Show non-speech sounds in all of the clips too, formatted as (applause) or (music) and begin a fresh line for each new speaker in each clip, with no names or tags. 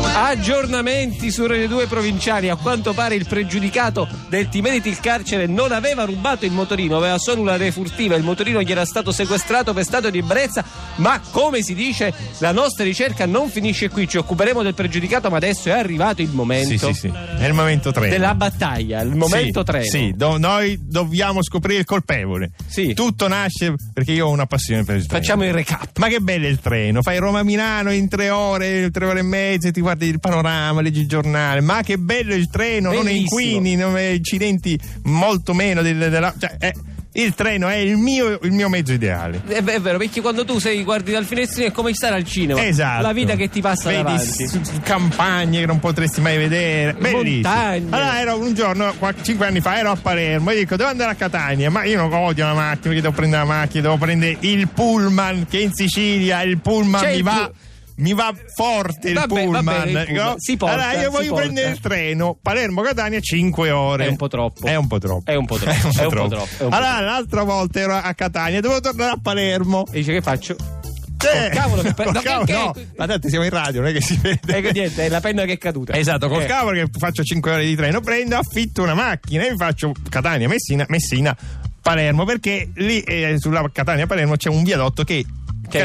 Aggiornamenti su Rete 2 provinciali. A quanto pare il pregiudicato del Ti meriti il carcere non aveva rubato il motorino, aveva solo una refurtiva. Il motorino gli era stato sequestrato per stato di ebbrezza. Ma come si dice, la nostra ricerca non finisce qui. Ci occuperemo del pregiudicato, ma adesso è arrivato il momento
Sì, sì, sì. È il momento 3.
della battaglia, il momento
sì,
3.
Sì, do- noi dobbiamo scoprire il colpevole.
Sì.
Tutto nasce perché io ho una passione per il treno.
Facciamo il recap.
Ma che bello il treno, fai Roma-Milano in tre ore, tre ore e mezza, ti guardi il panorama, leggi il giornale. Ma che bello il treno, non
Bellissimo.
inquini, non eh, incidenti molto meno del- della- cioè, eh, il treno è il mio, il mio mezzo ideale.
È ve- è vero, perché quando tu sei guardi dal finestrino è come stare al cinema.
Esatto.
La vita che ti passa
Vedi
davanti.
s- s- campagne che non potresti mai vedere. Bellissimo.
Montagne.
Allora ero un giorno, 5 anni fa, ero a Palermo e dico devo andare a Catania, ma io non odio la macchina, perché devo prendere la macchina, devo prendere il pullman che in Sicilia il pullman
C'è
mi
il
va...
pu-
mi va forte il
Vabbè, va
pullman,
bene il pullman.
no?
Si porta,
allora io
si
voglio
porta.
prendere il treno Palermo-Catania 5 ore
È un po' troppo.
è un po' troppo
È un po' troppo,
(laughs)
è
È un po'
un po'
troppo.
troppo, è un po'
allora l'altra volta ero a Catania dovevo tornare a Palermo
E dice che
(laughs)
faccio?
eh,
Oh, cavolo, che pe-
col
no,
cavolo,
perché-
no. Ma tanto siamo in radio, non è che si vede.
E niente, è la penna che è caduta.
Esatto, col
Eh.
cavolo che faccio 5 ore di treno, prendo, affitto una macchina e mi faccio Catania, Messina, Messina, Palermo, perché lì eh, sulla Catania-Palermo c'è un viadotto che.
Che è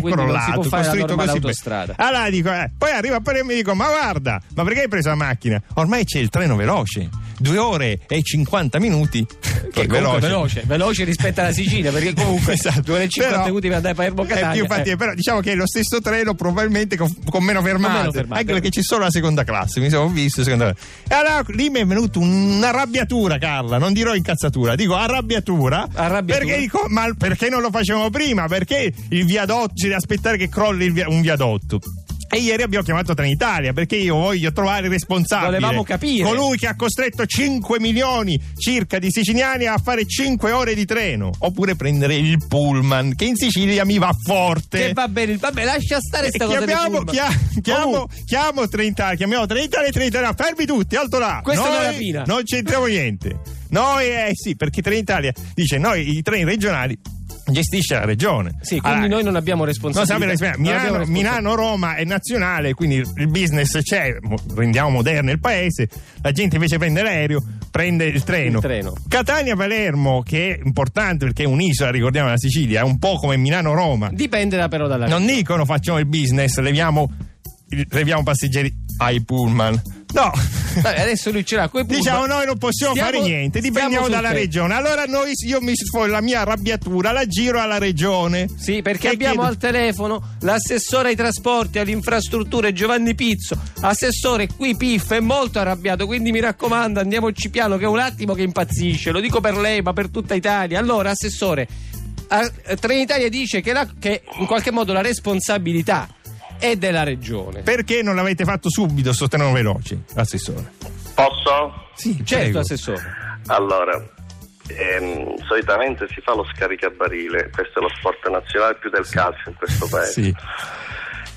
crollato, quindi non si può fare la
costruito
normale
così bene.
autostrada.
Allora dico, eh, poi arrivo a Palermo e dico: Ma guarda, ma perché hai preso la macchina? Ormai c'è il treno veloce, 2 ore e 50 minuti.
Che comunque è veloce, veloce rispetto alla Sicilia, perché comunque
(laughs) Esatto.
2 ore e 50
Però-
minuti per andare a Palermo Catania.
È più fattibile,
eh.
però diciamo che è lo stesso treno, probabilmente con, con meno fermate.
Con meno fermate.
Anche perché c'è solo la seconda classe, mi sono visto. Seconda classe. E allora lì mi è venuta un'arrabbiatura, Carla. Non dirò incazzatura, dico arrabbiatura.
Arrabbiatura.
Perché, dico, ma perché non lo facevamo prima? Perché il viadotto, c'è da aspettare che crolli il via- un viadotto. E ieri abbiamo chiamato Trenitalia perché io voglio trovare il responsabile.
Volevamo capire.
Colui che ha costretto 5 milioni circa di siciliani a fare 5 ore di treno. Oppure prendere il pullman, che in Sicilia mi va forte.
Che va bene, va bene, lascia stare sta cosa. dei
Chiamiamo,
pullman.
chia- chiamo,
Comunque,
chiamo Trenitalia, chiamiamo Trenitalia e Trenitalia, fermi tutti, alto là.
Questa è
Noi
una rapina.
Non c'entriamo niente. Noi, eh sì, perché Trenitalia dice, noi i treni regionali gestisce la regione.
Sì, quindi
Allora,
noi non abbiamo
non
responsabilità.
sapete respirare. Milano,
abbiamo responsabilità.
Milano, Roma è nazionale, quindi il business c'è, mo- rendiamo moderno il paese. La gente invece prende l'aereo, prende il treno.
Il treno.
Catania-Palermo, che è importante perché è un'isola, ricordiamo la Sicilia, è un po' come Milano-Roma.
Dipende da- però dalla
Non dicono facciamo il business, leviamo, leviamo passeggeri ai pullman. No. (laughs)
Vabbè, Adesso lui ce l'ha coi pullman.
Diciamo noi non possiamo
Stiamo-
fare niente,
stiamo
dipendiamo
sul
dalla
pezzo.
regione. Allora noi io mi sfo- la mia arrabbiatura la giro alla regione.
Sì, perché
E
abbiamo
chiedo-
al telefono l'assessore ai trasporti, alle infrastrutture Giovanni Pizzo. Assessore, qui Piff è molto arrabbiato, quindi mi raccomando, andiamoci piano, che è un attimo che impazzisce. Lo dico per lei, ma per tutta Italia. Allora, assessore, a- Trenitalia dice che, la- che in qualche modo la responsabilità è della regione.
Perché non l'avete fatto subito sto treno veloce, assessore?
Posso?
Sì,
certo, assessore.
Allora, ehm, solitamente si fa lo scaricabarile, questo è lo sport nazionale più del calcio in questo paese.
Sì.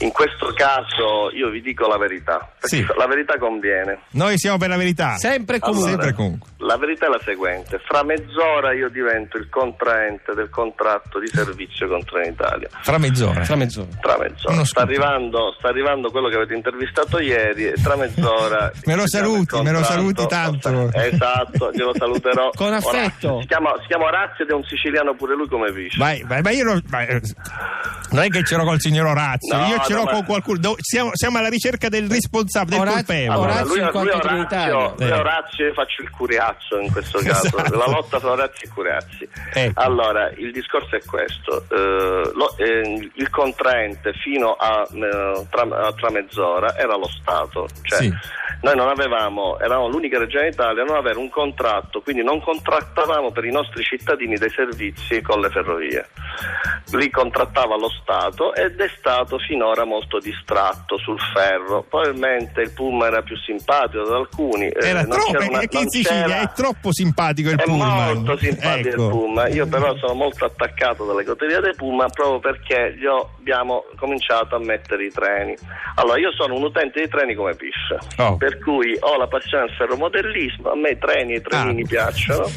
In questo caso io vi dico la verità, perché
Sì.
la verità conviene.
Noi siamo per la verità.
Sempre e comunque.
Allora,
Sempre comunque.
La verità è la seguente, fra mezz'ora io divento il contraente del contratto di servizio con Trenitalia.
Tra mezz'ora.
Tra mezz'ora.
Tra
Uno
mezz'ora sta
scoop.
arrivando, sta arrivando quello che avete intervistato ieri e tra mezz'ora
(laughs) Me lo
chiudiamo
saluti,
il
me lo
contratto.
saluti tanto.
Esatto, glielo saluterò
(laughs) Con affetto.
Orazio. Si chiama, si chiama Orazio ed è un siciliano pure lui come vice.
Vai, vai, ma io non, ma, eh, non è che ce l'ho col signor Orazio,
No,
io ce
no,
l'ho
ma-
con qualcuno. do- siamo, siamo alla ricerca del responsabile, del
Orazio-
colpevole.
Allora, Orazio
lui,
in
lui
quanto
Orazio,
Trinitario.
lui
Eh.
Orazio io faccio il curiazzo in questo caso,
Esatto.
la lotta fra Orazio e Curiazzi.
Ecco.
Allora, il discorso è questo, eh, lo- eh, il contraente fino a, eh, tra, a- tra mezz'ora era lo Stato, cioè
Sì.
noi non avevamo, eravamo l'unica regione d'Italia a non avere un contratto, quindi non contrattavamo per i nostri cittadini dei servizi con le ferrovie. Li contrattava lo Stato ed è stato finora molto distratto sul ferro. Probabilmente il Puma era più simpatico ad alcuni. eh,
Era
non
troppo,
c'era una-
è che in
non
Sicilia
c'era-
è troppo simpatico il
è
pullman.
molto simpatico
Ecco.
il Puma. Io però sono molto attaccato dalle coterie dei Puma proprio perché gli ho- abbiamo cominciato a mettere i treni. Allora, io sono un utente di treni come Piff,
Oh.
per cui ho la passione del ferromodellismo, a me i treni e i trenini
Ah. (laughs)
piacciono.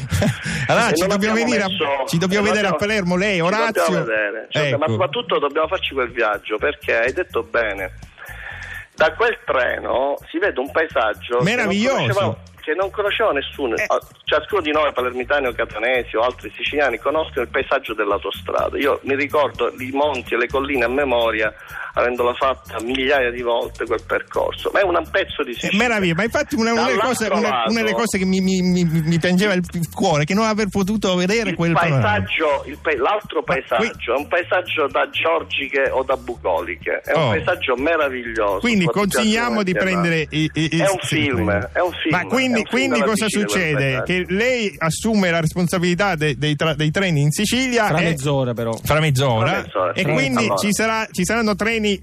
Allora,
E
ci
non
dobbiamo,
abbiamo
venire a-
messo-
ci dobbiamo
e non
vedere a
abbiamo-
Palermo, lei,
ci
Orazio.
dobbiamo vedere. Cioè,
Ecco.
Ma soprattutto dobbiamo farci quel viaggio perché hai detto bene. Da quel treno si vede un paesaggio che non
Meraviglioso.
conoscevamo- che non conosceva nessuno.
Eh.
Ah, Ciascuno di noi, palermitani o catanesi o altri siciliani, conoscono il paesaggio dell'autostrada. Io mi ricordo i monti e le colline a memoria, avendola fatta migliaia di volte quel percorso. Ma è un pezzo di
È
Sicilia.
meraviglioso, ma infatti una, una delle cose,
Dall'altro
una- una delle
lato-
cose che mi, mi- mi- mi piangeva il cuore è che non aver potuto vedere
il
quel panorama.
paesaggio, il pa- l'altro
Ma
paesaggio è un paesaggio da Giorgiche o da Bucoliche, è
Oh.
un paesaggio meraviglioso.
Quindi
Guardate,
consigliamo di
guardate.
prendere i, i- i-
È un
sì,
film, è un film.
Ma quindi,
è un film
quindi
da
cosa
vicino,
succede?
guardate.
Che lei assume la responsabilità de- dei, tra- dei treni in Sicilia
Fra
e-
mezz'ora però.
fra mezz'ora,
Fra mezz'ora,
e
sì.
quindi
Allora.
ci, sarà- ci saranno treni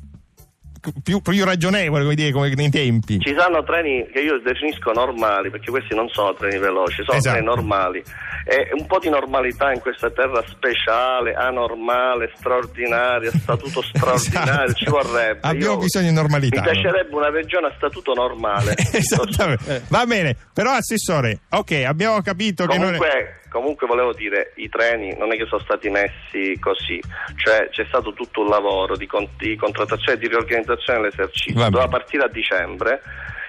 più, più ragionevoli come dire, come nei tempi.
Ci sono treni che io definisco normali, perché questi non sono treni veloci, sono
Esatto.
treni normali. E un po' di normalità in questa terra speciale, anormale,
(laughs)
straordinaria, statuto straordinario,
Esatto.
ci vorrebbe.
Abbiamo
Io-
bisogno di normalità.
Mi piacerebbe una regione a statuto
(laughs)
normale.
Esattamente. Va bene, però assessore, ok, abbiamo capito che non è...
Comunque, comunque volevo dire, i treni non è che sono stati messi così, cioè c'è stato tutto un lavoro di, con- di contrattazione e di riorganizzazione dell'esercizio,
Vabbè.
doveva partire a dicembre,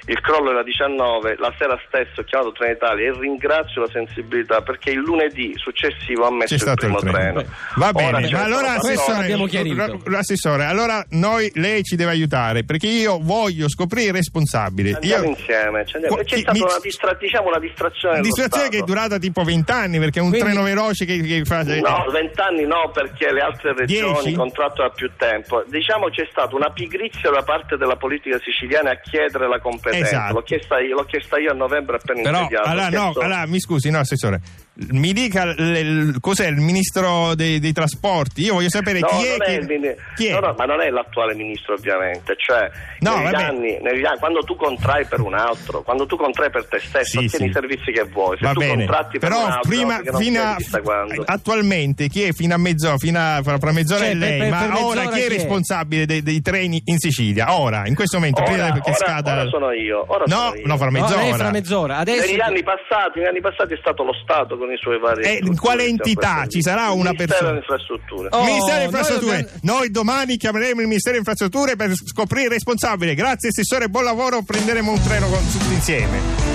il crollo era 19, la sera stessa ho chiamato Trenitalia e ringrazio la sensibilità perché il lunedì successivo ha messo
C'è
il
stato il
primo
treno.
treno.
Va
Ora diciamo,
bene,
c'è
ma allora
il
questo
treno.
assessore,
l'abbiamo chiarito.
r- r- assessore, allora noi lei ci deve aiutare perché io voglio scoprire i responsabili.
Andiamo
Io-
insieme, ci andiamo.
Qua-
c'è
chi-
stata
mi-
una distra- diciamo una distrazione.
Una
dello
distrazione che
Stato.
è durata tipo 20 anni perché è un
Quindi-
treno veloce che, che fa...
No, 20 anni no, perché le altre
Dieci?
regioni contratto da più tempo. Diciamo c'è stata una pigrizia da parte della politica siciliana a chiedere la competenza.
Esatto.
L'ho, chiesta io, l'ho chiesta io a novembre appena
Però,
insediato.
allora,
Ho
no,
chiesto-
allora, mi scusi, no, assessore, mi dica l- l- cos'è il ministro dei, dei trasporti? Io voglio sapere
No,
chi è
non è
che...
il mini-
chi è?
no, no, ma non è l'attuale ministro ovviamente, cioè
No,
negli,
vabbè.
anni, negli anni- quando tu contrai per un altro, quando tu contrai per te stesso,
Sì, sì.
ottieni i servizi che vuoi, se
Va
tu
bene,
contratti per un
però
altro,
prima,
perché non
fino
sai
a,
chi sta quando.
attualmente chi è fino a mezz'ora, fino a, fra fra mezz'ora
Cioè,
è
per-
lei,
per-
ma
per mezz'ora
ora chi è
chi è?
responsabile dei, dei treni in Sicilia? Ora, in questo momento, prima
Ora-
che
ora-
scada...
ora sono io, ora
no,
sono io.
no, fra
No,
mezz'ora.
lei fra mezz'ora. Adesso
Negli anni passati, negli anni passati è stato lo Stato con i suoi vari.
E in Eh, quale
strutture,
entità?
questo-
Ci sarà una
Ministero
persona?
delle Infrastrutture.
Oh,
Ministero delle
noi
Infrastrutture, noi,
dobbiamo-
domani chiameremo il Ministero delle Infrastrutture per scoprire il responsabile. Grazie, assessore, buon lavoro. Prenderemo un treno con- tutti insieme.